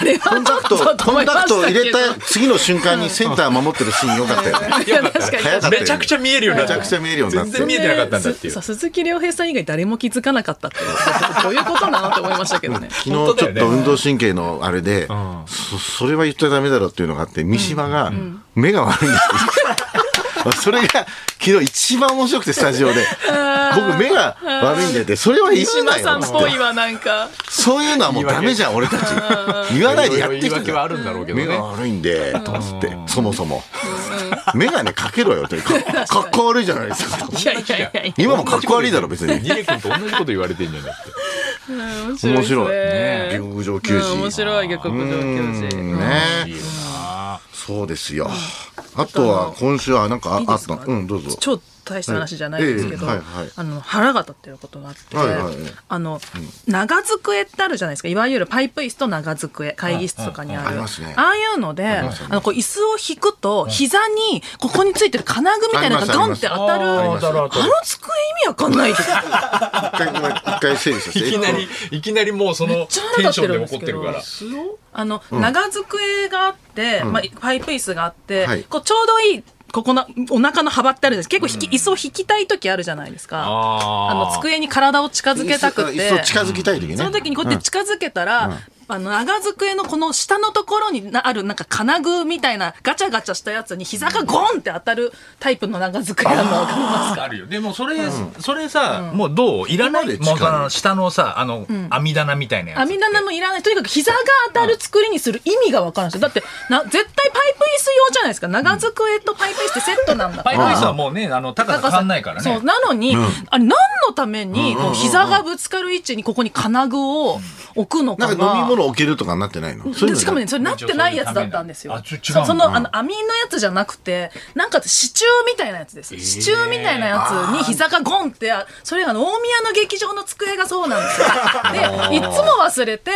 Speaker 4: あれは
Speaker 3: コンタクト、コンタクトを入れた次の瞬間にセンター守ってるシーンよかったよね。
Speaker 4: いや確か
Speaker 3: 早
Speaker 4: に
Speaker 3: かったよね
Speaker 2: めちゃくちゃ見えるように
Speaker 3: め
Speaker 2: なっ
Speaker 3: ちゃ
Speaker 2: た
Speaker 3: く。ちゃ見えるようになっ
Speaker 2: 全然見
Speaker 3: て。
Speaker 2: えてなかったんだっていう
Speaker 4: さ鈴木亮平さん以外誰も気づかなかったっていう
Speaker 3: *laughs*
Speaker 4: どういうことなのって思いましたけどね
Speaker 3: 昨日ちょっ
Speaker 2: 本当だ
Speaker 3: と
Speaker 2: よね
Speaker 3: 運動神経のあれで、そそれは言っちゃダメだろっていうのがあって、三島が目が悪いんです *laughs* よ。それが昨日一番面白くてスタジオで僕目が悪いんでってそれは言い
Speaker 4: 三島
Speaker 3: ない
Speaker 4: さ
Speaker 3: よ
Speaker 4: んっぽいはなんか
Speaker 3: そういうのはもうダメじゃん、俺たち。言わないでやって
Speaker 2: 言
Speaker 3: き
Speaker 2: い
Speaker 3: た
Speaker 2: 訳
Speaker 3: じ
Speaker 2: は
Speaker 3: ゃ
Speaker 2: あ
Speaker 3: ん。
Speaker 2: るんだろうけど
Speaker 3: 目が
Speaker 2: ね。
Speaker 3: 悪いんで、とかっつって、そもそも。眼鏡かけろよって、かかっこ悪いじゃないですか。
Speaker 4: いやいやいやいや
Speaker 3: 今もかっこ悪いだろ、別に。
Speaker 4: *laughs*
Speaker 2: ニレ君と同じこと言われてんじゃないって。
Speaker 3: 面白い。
Speaker 4: 面白いですね
Speaker 3: 下克上球児。
Speaker 4: うん面白い下克上球児
Speaker 3: うんね。そうですよ。あとは、今週はなんかあ
Speaker 4: いい
Speaker 3: あ
Speaker 4: で
Speaker 3: っ
Speaker 4: す
Speaker 3: た
Speaker 4: か
Speaker 3: のうん、どうぞ。
Speaker 4: 超大した話じゃないですけど、
Speaker 3: はいええはいはい
Speaker 4: あの腹が立ってることがあって、
Speaker 3: はいはいはい
Speaker 4: あの、長机ってあるじゃないですかいわゆるパイプ椅子と長机会議室とかにある、
Speaker 3: ありますね
Speaker 4: ああいうのであ,、のこう椅子を引くと膝にここについてる金具みたいなのが
Speaker 3: あ
Speaker 4: ゴ
Speaker 3: り
Speaker 4: ン
Speaker 3: ま
Speaker 4: っ
Speaker 3: す
Speaker 4: て当たるあ
Speaker 2: ありますあり
Speaker 4: の
Speaker 2: ます
Speaker 4: 机意味わかんないです
Speaker 3: 一回、ごめん一回整理させ
Speaker 2: い
Speaker 3: て。
Speaker 2: きなり、いきなりもうその
Speaker 4: ちゃ
Speaker 2: テ
Speaker 4: 腹
Speaker 2: ンシ
Speaker 4: 立っ
Speaker 2: ョ
Speaker 4: て
Speaker 2: ンで
Speaker 4: るんで
Speaker 2: 怒っ
Speaker 4: すけ
Speaker 2: て
Speaker 4: ど
Speaker 2: るから。
Speaker 4: あの、長机があって、まあ、パイプ椅子があって、
Speaker 3: はい
Speaker 4: こうちょうどいいここのお腹の幅ってあるじゃないですか結構引き、椅子を引きたい時あるじゃないですか
Speaker 2: あー
Speaker 4: あの机に体を近づけたく
Speaker 3: い
Speaker 4: て
Speaker 3: っそ近づきたい時ね。
Speaker 4: その時にこうやって近づけたら、あの長机のこの下のところになあるなんか金具みたいなガチャガチャしたやつに膝がゴンって当たるタイプの長机なのわかりますか
Speaker 2: あるよ。でもそれ、それさ、もうどういらないもうあの下のさ、あの、網棚みたいなやつ。
Speaker 4: 網棚もいらないとにかく膝が当たる作りにする意味がわからんしだってな絶対パイプ椅子用じゃないですか長机とパイプ椅子ってセットなんだか
Speaker 2: パイ
Speaker 4: ら
Speaker 2: プ椅子はもうね、あの、高さ変わんないから
Speaker 4: そ
Speaker 2: ね
Speaker 4: う。なのに、あれ何のためにこう膝がぶつかる位置にここに金具を置くのか
Speaker 3: な
Speaker 4: が
Speaker 3: んか飲み物置けるとかになってないのそういう
Speaker 4: で
Speaker 3: の
Speaker 4: しかもね、それなってないやつだったんですよ。そその、あの、網のやつじゃなくて、なんか支柱みたいなやつです。支柱みたいなやつに膝がゴンって、あそれがあの大宮の劇場の机がそうなん
Speaker 3: *laughs*
Speaker 4: ですよ。で、いつも忘れて、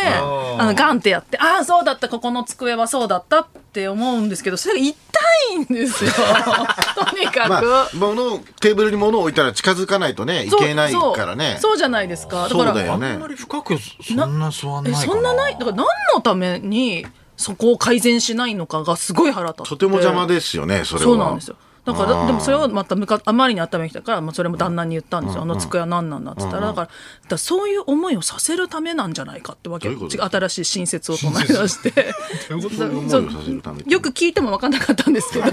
Speaker 4: あの、ガンってやって、ああ、そうだった、ここの机はそうだったって思うんですけど、それが痛いんですよ。
Speaker 3: *laughs*
Speaker 4: とにかく。
Speaker 3: まあ、物をテーブルに物を置いたら近づかないとね、い
Speaker 4: そう
Speaker 3: けないから
Speaker 4: そ
Speaker 3: ね
Speaker 4: う。そうじゃないですか。だ
Speaker 3: そ
Speaker 4: か
Speaker 3: う
Speaker 4: ら、
Speaker 3: だよ
Speaker 2: あ
Speaker 3: ね
Speaker 2: んま。り深くそんな座んない
Speaker 4: え
Speaker 2: かな。
Speaker 4: そんなないだから何のためにそこを改善しないのかがすごい腹立って
Speaker 3: とても邪魔ですよね、それは。
Speaker 4: そうなんですよだからでもそれをまたむかあまりに頭にきたから、まあ、それも旦那に言ったんですよ、あの机は何なんだって言ったら、だからだからそういう思いをさせるためなんじゃないかってわけ
Speaker 3: どういうこと
Speaker 4: 違新しい新説を唱え出して
Speaker 3: そういう思いをさせるためって
Speaker 4: よく聞
Speaker 3: *laughs*
Speaker 4: いても分かんなかったんですけど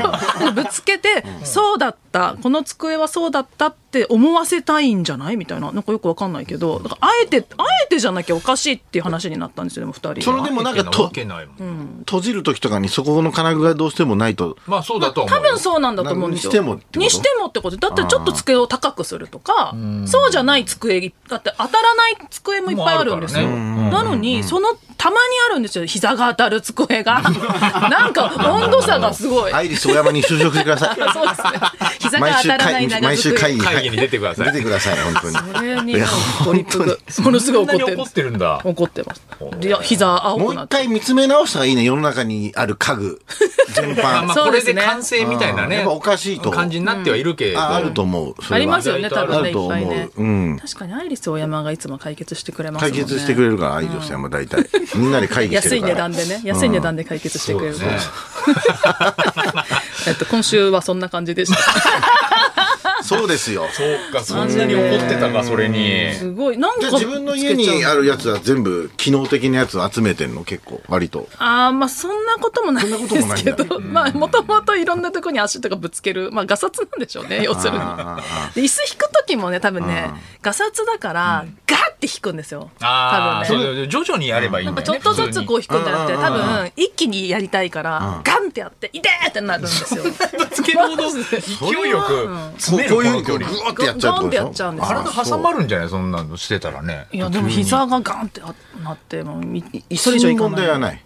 Speaker 4: ぶつけて、そうだったこの机はそうだったってって思わせたいんじゃないみたいななんかよくわかんないけどだからあえてあえてじゃなきゃおかしいっていう話になったんですよでも2人は
Speaker 3: それでもなんかと
Speaker 2: わけないもん
Speaker 3: 閉じる時とかにそこの金具がどうしてもないと
Speaker 2: まあそうだと思う
Speaker 4: 多
Speaker 2: よ。
Speaker 4: 分そうなんだと思うんですよ。
Speaker 3: にしてもってこと
Speaker 4: にしてもってことだってちょっと机を高くするとか、そうじゃない机、だって当たらない机もいっぱいあるんですよ。
Speaker 2: もうあるから
Speaker 4: なのに、その、たまにあるんですよ。膝が当たる
Speaker 3: *laughs*
Speaker 4: 机が。なんか温度差がすごい。
Speaker 3: アイリス小山に就職してください
Speaker 4: そうですね。膝が
Speaker 3: 毎
Speaker 4: 当
Speaker 3: 週
Speaker 4: たらな
Speaker 3: 会
Speaker 4: い
Speaker 3: 議
Speaker 4: 長
Speaker 3: 毎週
Speaker 4: 机
Speaker 3: 会議
Speaker 2: 会議に出てください
Speaker 3: 出てください本当に
Speaker 4: これに
Speaker 3: いや本当に
Speaker 4: ものす
Speaker 2: そ
Speaker 4: ごい
Speaker 2: んなに
Speaker 4: 怒って
Speaker 2: 怒
Speaker 4: る
Speaker 2: ってるんだ。
Speaker 4: 怒ってます。いや、膝 *laughs* 青
Speaker 3: もう
Speaker 4: くなっ
Speaker 3: 一
Speaker 4: て。
Speaker 3: 回見つめ直したらいいね世の中にある家具全
Speaker 2: あまあ
Speaker 3: 般
Speaker 4: そ
Speaker 2: こ
Speaker 4: うで
Speaker 2: れ
Speaker 4: す
Speaker 2: で
Speaker 4: ね
Speaker 2: 完成みたいな
Speaker 3: や
Speaker 2: ね
Speaker 3: っぱおかしいと
Speaker 2: 感じになってはいるけど。
Speaker 3: ああると思うそれは
Speaker 4: ありますよね、多
Speaker 3: あ
Speaker 4: 分ね、
Speaker 3: る
Speaker 4: い
Speaker 3: と
Speaker 4: っ
Speaker 3: 思
Speaker 4: ぱ
Speaker 3: う
Speaker 4: いね。
Speaker 3: うん
Speaker 4: 確かにアイリスオーヤマがいつも解決してくれますもん
Speaker 3: 解
Speaker 4: ね。
Speaker 3: 決してくれるから愛女性も大
Speaker 4: *laughs*
Speaker 3: 体みんなで会議して
Speaker 4: 安
Speaker 3: る
Speaker 4: い
Speaker 3: か
Speaker 4: 値
Speaker 3: ら
Speaker 4: 段でね安い値段で解決してくれる、
Speaker 2: そうだね
Speaker 4: えっと、今週はそんな感じでした
Speaker 3: *laughs* そうですよ
Speaker 2: そうか、そんなに怒ってたか、それに。
Speaker 4: すごいなん
Speaker 3: じゃ
Speaker 4: か
Speaker 3: あ自分の家にあるやつは全部機能的なやつを集めてんの結構割と
Speaker 4: ああまあそんなこともない
Speaker 3: そんなこ
Speaker 4: で
Speaker 3: ともない
Speaker 4: す
Speaker 3: んだ
Speaker 4: けど *laughs* まあもともといろんなとこに足とかぶつけるまあガサツなんでしょうね要するにで椅子引く時もね多分ねガサツだから、ガーって引くんですよ
Speaker 2: ああ、
Speaker 4: 多分
Speaker 2: そ
Speaker 4: ね
Speaker 2: う徐々にやればいいんだよね。
Speaker 4: ちょっとずつこう
Speaker 2: う。
Speaker 4: 引くんじゃなくて多分一気にやりたいからガンってやって「痛え!」ってなるんで
Speaker 3: *laughs*
Speaker 4: すよ。
Speaker 2: ぶつけるほど勢いよく詰める
Speaker 3: こ
Speaker 2: こ
Speaker 3: ういうふう
Speaker 2: の
Speaker 3: にこ
Speaker 2: 距
Speaker 3: うグ
Speaker 2: 離。
Speaker 3: ーってやっちゃうってこと
Speaker 4: ガンってやっちゃうんですよ
Speaker 2: 体挟まるんじゃないそんなのしてたらね。
Speaker 4: いやでも膝がガンってあなってもうい
Speaker 3: 椅
Speaker 4: それ以上
Speaker 3: 子
Speaker 4: い
Speaker 3: に
Speaker 4: か
Speaker 3: 問
Speaker 4: ない
Speaker 3: 題はない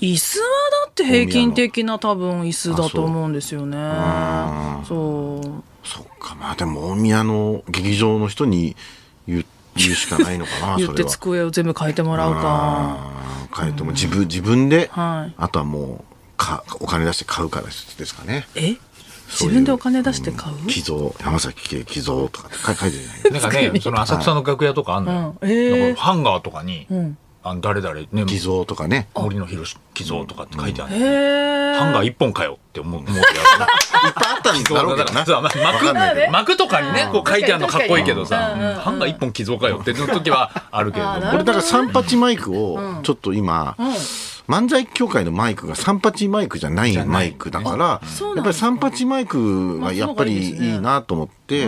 Speaker 4: 椅子はだって平均的な多分椅子だと思うんですよねそう
Speaker 3: そっかまあでも大宮の劇場の人に言う言うしかないのかな
Speaker 4: *laughs* 言
Speaker 3: そ
Speaker 4: って
Speaker 3: れは
Speaker 4: 机を全部変えてもらうか
Speaker 3: あー変えても自分自分で、
Speaker 4: はい
Speaker 3: あとはもうかお金出して買うからですかね
Speaker 4: え
Speaker 3: そ
Speaker 4: 自
Speaker 3: ういう
Speaker 4: 分でお金出して買う
Speaker 3: 寄贈山崎家寄贈とかって書い書いてるじゃな
Speaker 2: *laughs*
Speaker 3: い
Speaker 2: なんかね、その浅草の楽屋とかあんのよ。
Speaker 4: うんへー
Speaker 2: なんかハンガーとかに、あの誰々、ね、
Speaker 3: 寄贈とかね
Speaker 2: 森の広寄贈とかって書いてある
Speaker 4: へ。え
Speaker 2: ハンガー一本かよって思う。思うやつ
Speaker 3: いっぱいあったんだろうけどな
Speaker 2: そうま
Speaker 3: わかんないけ
Speaker 2: 幕、幕
Speaker 3: ど
Speaker 2: とかにね、こう書いてあるのかっこいいけどさ、
Speaker 4: 確かに確かにうんうんうん
Speaker 2: ハンガー一本寄贈かよっての時はあるけれど
Speaker 4: あー
Speaker 2: も
Speaker 4: なる
Speaker 3: 俺だから三八マイクをちょっと今、漫才協会のマイクが三八マイクじゃないマイクだから
Speaker 4: そ
Speaker 3: や
Speaker 4: うな
Speaker 3: っぱ
Speaker 4: んで
Speaker 3: り
Speaker 4: す
Speaker 3: 三八マイクがやっぱりいいなと思って、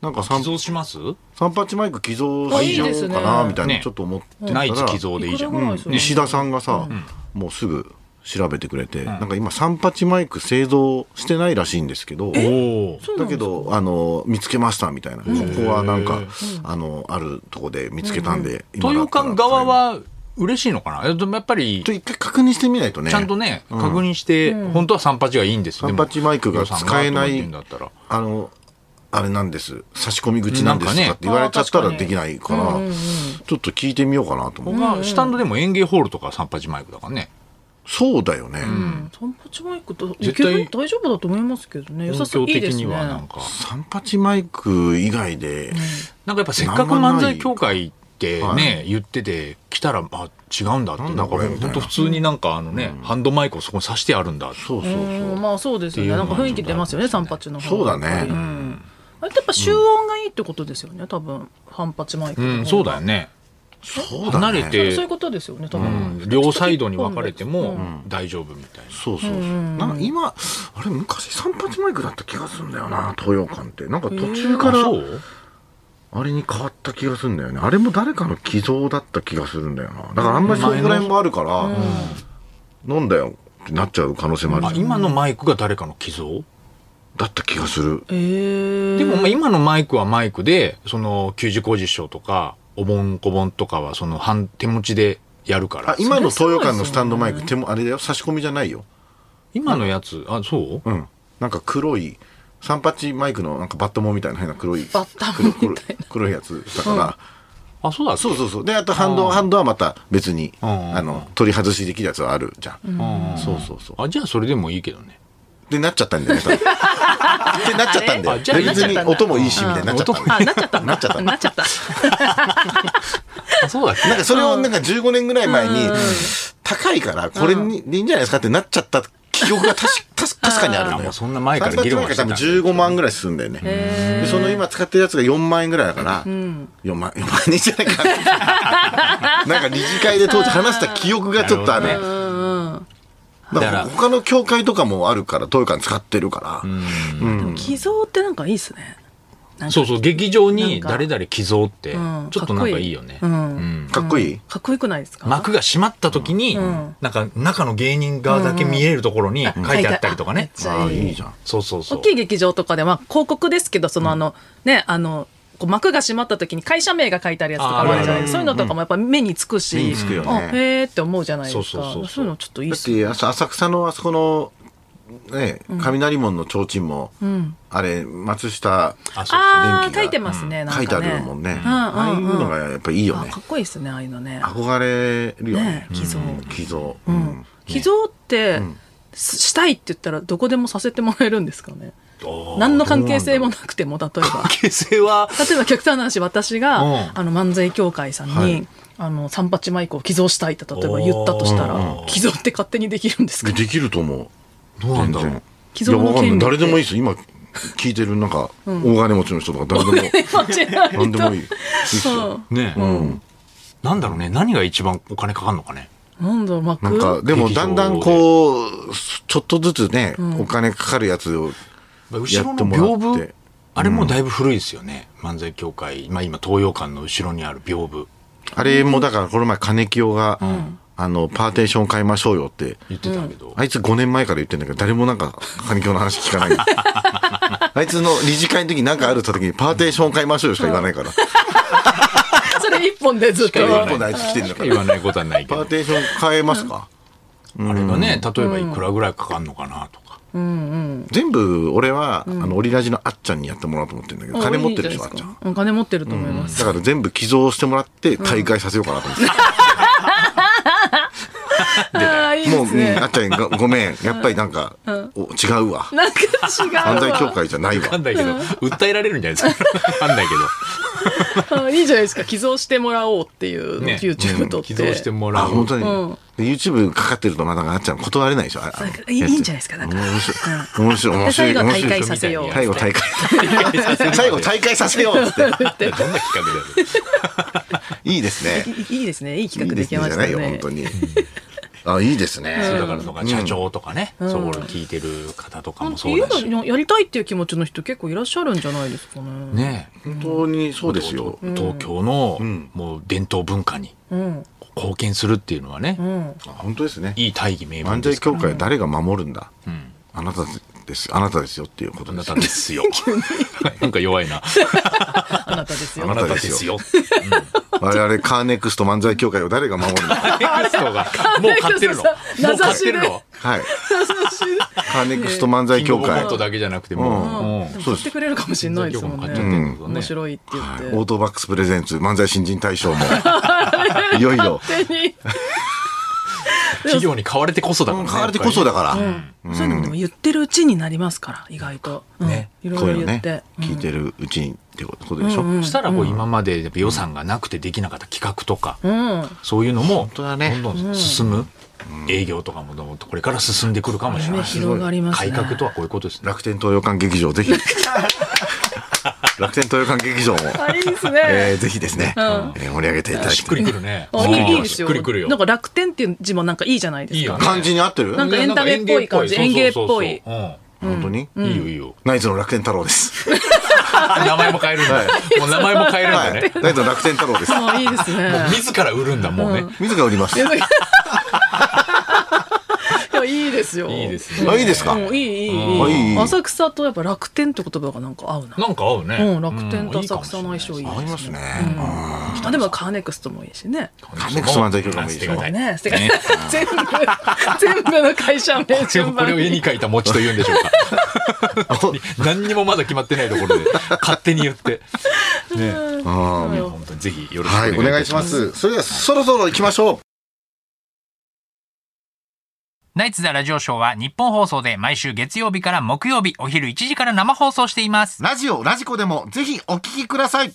Speaker 3: なん
Speaker 2: 寄
Speaker 3: か三
Speaker 2: 贈します
Speaker 3: 三八マイク寄贈
Speaker 4: あい
Speaker 3: し
Speaker 4: い
Speaker 3: よ
Speaker 4: です
Speaker 3: う
Speaker 4: ね
Speaker 3: かなみたいな
Speaker 2: ね
Speaker 3: ちょっと思ってたら
Speaker 2: 内地寄贈でいいじゃん。
Speaker 4: いくらぐらいする
Speaker 3: うん石田さんがさ、もうすぐ調べてくれて、なんか今三八マイク製造してないらしいんですけど
Speaker 2: おお。
Speaker 3: だけどあの見つけましたみたいな、ここはなんか、あのあるとこで見つけたんで、今だっ
Speaker 2: 豊
Speaker 3: たら
Speaker 2: 館側は嬉しいのかなえっとやっぱり
Speaker 3: ちょ、一回確認してみないとね。
Speaker 2: ちゃんとね、確認して、本当は三八がいいんですよ。
Speaker 3: サンパチマイクが使えな
Speaker 2: で
Speaker 3: い
Speaker 2: も予算がと思ってんだったら
Speaker 3: あのあれなんです差し込み口なんです
Speaker 2: なんかね
Speaker 3: とかって言われちゃった
Speaker 4: あー確からに
Speaker 3: できないからちょっと聞いてみようかなと思う、
Speaker 2: まあ、スタンドでも園芸ホールとか三八マイクだからね。
Speaker 3: そうだよね、
Speaker 4: 三八マイクと
Speaker 2: 絶対
Speaker 4: いける大丈夫だと思いますけどね良
Speaker 2: 音
Speaker 4: さそう
Speaker 2: 響
Speaker 4: いいで
Speaker 2: 的
Speaker 4: す
Speaker 2: に
Speaker 4: ね
Speaker 2: はなんか。
Speaker 3: サンパチマイク以外で、
Speaker 2: なんかやっぱせっかく漫才協会って
Speaker 3: なんかな
Speaker 2: ね、言ってて、来たら、あ、違うんだって、なんか
Speaker 3: んだ
Speaker 2: も
Speaker 3: これ
Speaker 2: う本当普通になんかあのね、ハンドマイクをそこに挿してあるんだって。
Speaker 3: そうそうそう、
Speaker 4: うんまあそうですよねなんか雰囲気出ますよね三八の方
Speaker 3: そうだね、
Speaker 4: うんあれってやっぱ集音がいいってことですよね多分三八マイク
Speaker 2: う
Speaker 4: の方が
Speaker 2: ん、そうだよね。
Speaker 3: そうだ
Speaker 2: 離
Speaker 3: ね
Speaker 2: れて、
Speaker 4: そういうことですよね多
Speaker 2: うん
Speaker 4: 分
Speaker 2: 両サイドに分かれても大丈夫みたいな。
Speaker 3: そうそうそう、なんか今あれ昔サンパチマイクだった気がするんだよな東洋館ってなんか途中か
Speaker 2: あ
Speaker 3: ら
Speaker 2: そう
Speaker 3: あれに変わった気がするんだよねあれも誰かの寄贈だった気がするんだよなだからあんまりそこら辺もあるから、なんだよってなっちゃう可能性もあ
Speaker 2: あ
Speaker 3: る、
Speaker 2: 今のマイクが誰かの寄贈
Speaker 3: だった気がする
Speaker 4: えー
Speaker 2: でもまあ今のマイクはマイクで、その、給仕工事賞とか、お盆小盆とかはその半手持ちでやるか
Speaker 3: あ
Speaker 2: ら。
Speaker 3: 今の東洋館のスタンドマイク手もあれだよ差し込みじゃないよ
Speaker 2: 今のやつ、あ、そう
Speaker 3: うんなんか黒い三八マイクのなんかバットモンみたいな変な黒い
Speaker 4: バッタモンみた
Speaker 3: 黒黒
Speaker 4: いな
Speaker 3: 黒いやつだから、
Speaker 2: あ、そうだ、
Speaker 3: そうそうそうであとハンドハンドはまた別に
Speaker 2: ん
Speaker 3: あの取り外しできるやつはあるじゃん、そうそうそう
Speaker 2: あ、じゃあそれでもいいけどね。
Speaker 3: でなっちゃったんだよね
Speaker 2: *laughs*
Speaker 3: 多分ってなっちゃったんだ
Speaker 2: あれ
Speaker 3: よで
Speaker 2: あじゃあ
Speaker 3: 別に音もいいしみたいになっちゃったんだよ
Speaker 4: あなっちゃったんだ
Speaker 3: なっちゃった
Speaker 4: なっちゃった
Speaker 2: あ、そうだ *laughs* っけ
Speaker 3: なんかそれをなんか15年ぐらい前に、高いからこれにでいいんじゃないですかってなっちゃった記憶
Speaker 2: *laughs*
Speaker 3: が確か確か確かにあるの
Speaker 2: あもう
Speaker 3: よ。
Speaker 2: そんな前から議論はしてた
Speaker 3: 多
Speaker 2: ん
Speaker 3: 分
Speaker 2: だ
Speaker 3: 15万ぐらいするんだよね。でその今使ってるやつが4万円ぐらいだから、4万、4万円じゃない
Speaker 2: *laughs*
Speaker 3: かな。なんか二次会で当時話した記憶がちょっとある。
Speaker 2: なるほ
Speaker 3: だ
Speaker 2: だ
Speaker 3: か
Speaker 2: から
Speaker 3: ら他の協会とかもあるから、東洋館使ってるから。
Speaker 4: でも寄贈ってなんかいいですねなんか
Speaker 2: そうそう劇場
Speaker 4: なん
Speaker 2: に
Speaker 4: か
Speaker 2: 誰々寄贈って
Speaker 4: うん
Speaker 2: ちょっとなんかいいよね、
Speaker 4: う
Speaker 2: うんん
Speaker 3: かっこいい、
Speaker 4: かっこよくないですか
Speaker 2: 幕が閉まった時に、
Speaker 4: ん
Speaker 2: なんか中の芸人側だけ見えるところに書いてあったりとかね、
Speaker 4: 書いてあるあめっちゃいい
Speaker 3: じゃん
Speaker 2: そうそうそう
Speaker 4: 大きい劇場とかでは広告ですけどそのあの、ねあのこう幕が閉まった時に会社名が書いてあるやつとかもあるじゃない
Speaker 2: あー
Speaker 4: そういうのとかもやっぱ目につくし、
Speaker 3: 目につくよね
Speaker 4: あへえって思うじゃないですか
Speaker 2: そ
Speaker 4: そうう
Speaker 2: そうそうそう
Speaker 4: いうのちょっといいっ
Speaker 3: だっ
Speaker 4: す
Speaker 3: て
Speaker 4: よ
Speaker 3: あそ浅草のあそこのね雷門の提灯も、あれ松下
Speaker 2: あそうそう
Speaker 4: あ
Speaker 3: 電気
Speaker 4: あ
Speaker 3: が
Speaker 4: 書いてますね、なんか
Speaker 3: 書
Speaker 4: ね
Speaker 3: いてあるもんね、
Speaker 4: うんうんうん
Speaker 3: ああいうのがやっぱいいよ
Speaker 4: あ
Speaker 3: ね
Speaker 4: かっこいいですねああいうのね
Speaker 3: 憧れるよね
Speaker 4: ねえ寄贈
Speaker 3: うん寄贈、
Speaker 4: う
Speaker 3: うん
Speaker 4: ん秘蔵って、すしたいって言ったらどこでもさせてもらえるんですかね何の関係性もなくても例えば
Speaker 2: 関係性は
Speaker 4: 例えば極端な話私が、
Speaker 2: うん
Speaker 4: あの漫才協会さんに、
Speaker 3: はい
Speaker 4: あの三八マイクを寄贈したいって例えば言ったとしたら、
Speaker 2: おー
Speaker 4: 寄贈って勝手にできるんですか
Speaker 3: できると思う
Speaker 2: どうなんだろう
Speaker 4: 既存の
Speaker 3: いやわかんない
Speaker 4: 権利って
Speaker 3: 誰でもいいです今聞いてるなんか、大金持ちの人とか誰で
Speaker 4: *laughs*
Speaker 3: も何でもいいですよ
Speaker 2: ね、なんだろうね何が一番お金かかるのかね
Speaker 4: なんだろう幕
Speaker 3: なんかでもだんだんこうちょっとずつね、お金かかるやつを
Speaker 2: 後
Speaker 3: や
Speaker 2: ろ
Speaker 3: っ
Speaker 2: の
Speaker 3: てもらって
Speaker 2: 屏風あれもだいぶ古いですよね、漫才協会、まあ、今東洋館の後ろにある屏風
Speaker 3: あれもだからこの前金清が、あのパーテーション買いましょうよって
Speaker 2: 言ってたけど、
Speaker 3: あいつ5年前から言ってんだけど誰もなんか金清の話聞 *laughs* かないあいつの理事会の時なんかあるった時にパーテーション買いましょうよしか言わないから
Speaker 4: それ一本でずっと
Speaker 3: 言わない一本であいつ来てんだから
Speaker 2: 言わないことはないけ
Speaker 3: パー
Speaker 2: ど
Speaker 3: テーション買えますか
Speaker 2: あれがね例えばいくらぐらいかかるのかなとか、
Speaker 3: 全部俺は、あのオリラジのあっちゃんにやってもらおうと思ってるんだけど金持ってるでしょあっちゃん
Speaker 4: うん金持ってると思います、
Speaker 3: だから全部寄贈してもらって大会させようかなと思って、
Speaker 4: ああいい
Speaker 3: も
Speaker 4: で
Speaker 3: う、
Speaker 4: す
Speaker 3: うん
Speaker 4: ね
Speaker 3: あっちゃんごごめんやっぱりなんか、お違うわ
Speaker 4: なんか違う
Speaker 3: 犯罪協
Speaker 4: わ
Speaker 3: 会じゃないわ
Speaker 2: わかんないけど、訴えられるんじゃないですかわかんないけ
Speaker 4: あいいじゃないですか寄贈してもらおうっていう、
Speaker 2: ね
Speaker 4: YouTube 撮
Speaker 2: ど
Speaker 4: っ
Speaker 2: 寄
Speaker 4: て、
Speaker 2: 贈しても
Speaker 3: あ
Speaker 2: らお
Speaker 3: 本
Speaker 2: う
Speaker 3: 当に、で YouTube かかってるとまだあっちゃん断れないでしょああの
Speaker 4: なんかいいいいんじゃないですかなんか
Speaker 3: 面白い面白い面白
Speaker 4: で最
Speaker 3: い
Speaker 4: 後
Speaker 3: 面
Speaker 4: 大
Speaker 3: 白い
Speaker 4: 会させよう
Speaker 3: 最後大会最後大会させようっつって
Speaker 2: どんな企画だよ
Speaker 3: いいですね
Speaker 4: いいいですねいい
Speaker 3: い
Speaker 4: 企
Speaker 3: い
Speaker 4: 画
Speaker 3: で
Speaker 4: ですき
Speaker 3: ね
Speaker 4: ま
Speaker 3: じゃ
Speaker 4: し
Speaker 3: な
Speaker 4: た
Speaker 3: いよ本
Speaker 4: ね
Speaker 3: 当に
Speaker 4: *laughs*
Speaker 3: あいいです
Speaker 2: そう
Speaker 3: ね
Speaker 2: だからとか社長とかね、そう聞いてる方とかもそう
Speaker 4: 家
Speaker 2: だし、
Speaker 4: がやりたいっていう気持ちの人結構いらっしゃるんじゃないですかね
Speaker 2: ね
Speaker 3: 本当にそうですよ
Speaker 2: 東京のもう伝統文化に貢献するっていうのはね、
Speaker 3: あ本当ですね
Speaker 2: いい大義名分
Speaker 3: 漫
Speaker 2: で
Speaker 3: 才
Speaker 2: すから
Speaker 3: 協会は誰が守るんだあなたですあなたですよっていうこ
Speaker 2: あ
Speaker 3: とで
Speaker 2: な
Speaker 3: す
Speaker 2: たです
Speaker 4: *laughs*
Speaker 2: よなんか弱いな
Speaker 4: あなたです
Speaker 2: あな
Speaker 4: よ
Speaker 2: たですよ
Speaker 3: 我々カーネクスト漫才協会を誰が守るんだ
Speaker 2: ネクストがもう買
Speaker 4: *laughs*
Speaker 2: ってるのも
Speaker 4: カーネ
Speaker 2: う
Speaker 4: クストさ名
Speaker 2: 買
Speaker 4: 指
Speaker 2: っ
Speaker 4: してで
Speaker 2: るの
Speaker 4: *laughs*
Speaker 3: はいカーネクスト漫才
Speaker 2: キングオ
Speaker 3: 協
Speaker 2: ブコ
Speaker 3: 会
Speaker 2: ントだけじゃなくても、
Speaker 4: でも
Speaker 3: そう
Speaker 4: 買
Speaker 3: で
Speaker 4: っ
Speaker 3: す
Speaker 4: てくれるかもしれないですもん
Speaker 2: 買っ
Speaker 4: ね
Speaker 2: ちゃってるんですよね
Speaker 4: 面白いって言って、
Speaker 3: オートバックスプレゼンツ漫才新人大賞
Speaker 4: *laughs*
Speaker 3: もいよいよ
Speaker 4: 勝手に
Speaker 2: 企業に買われてこそだから、
Speaker 3: うん
Speaker 2: ね、
Speaker 3: 変われてこそだから、
Speaker 4: そういうのもでも言ってるうちになりやっぱりねなりますから意外と、うん
Speaker 2: ね
Speaker 4: いろ
Speaker 3: こうい
Speaker 4: いうろ
Speaker 3: の
Speaker 4: 言っ
Speaker 3: ね
Speaker 4: て、うん
Speaker 3: 聞いてるうちにってことでしょ、
Speaker 2: そしたらこう今までやっぱ予算がなくてできなかった企画とか、そういうのも
Speaker 3: 当
Speaker 2: ど
Speaker 3: だね
Speaker 2: んどん進む、営業とかもどんどんこれから進んでくるかもしれない
Speaker 4: 夢広がりますね
Speaker 2: 改革とはこういうことですね
Speaker 3: 楽天東洋館劇場ぜ
Speaker 4: *laughs*
Speaker 3: ひ楽天東洋館劇場も、
Speaker 4: あいいですね、
Speaker 3: えーぜひですね、えー盛り上げていただき
Speaker 2: しっく
Speaker 3: たい
Speaker 2: りくるね
Speaker 4: あいいいいで
Speaker 2: しっ
Speaker 4: すよ
Speaker 2: くりくるよ
Speaker 4: なんか楽天っていう字もなんかいいじゃないですか
Speaker 2: いいよね
Speaker 3: 感じに合ってる
Speaker 4: なんかエンタメっぽい感じ
Speaker 2: なんか
Speaker 4: 園芸っ
Speaker 2: そうそうそう
Speaker 3: 本当に、
Speaker 2: うんいいよいいよ
Speaker 3: ナイツの楽天太郎です、
Speaker 2: あ名前も変えるんだもう名前も変えるん
Speaker 3: は
Speaker 2: だ
Speaker 3: い
Speaker 2: ね、
Speaker 3: ナイツの楽天太郎です
Speaker 4: あいいです
Speaker 2: *laughs*
Speaker 4: ね
Speaker 2: もう自ら売るんだもうね、
Speaker 3: 自ら売ります
Speaker 4: いやいいですよ
Speaker 2: いいですね
Speaker 3: あいいですか、
Speaker 4: うんいいいい
Speaker 3: あ
Speaker 4: いい
Speaker 3: いい
Speaker 4: 浅草とやっぱ楽天って言葉がなんか合うな
Speaker 2: なんか合うね、
Speaker 4: うん楽天と浅草の相性いい
Speaker 3: 合いますね、
Speaker 4: あでもカーネクストもいいしね
Speaker 3: カーネクスト漫才協会もいいでしょ
Speaker 2: はい
Speaker 4: ねてか *laughs* 全部全部の会社名
Speaker 2: でも
Speaker 4: 順
Speaker 2: これ
Speaker 4: 番
Speaker 2: を絵に描いた餅と言うんでしょうか本当に何にもまだ決まってないところで勝手に言
Speaker 4: *laughs*
Speaker 2: ってねいや本当にぜひよろしくお
Speaker 3: はい
Speaker 2: 願い
Speaker 3: お願いしますそれではそろそろ行きましょう
Speaker 5: ナイツザラジオショーは日本放送で毎週月曜日から木曜日お昼1時から生放送しています。
Speaker 3: ラジオラジコでもぜひお聞きください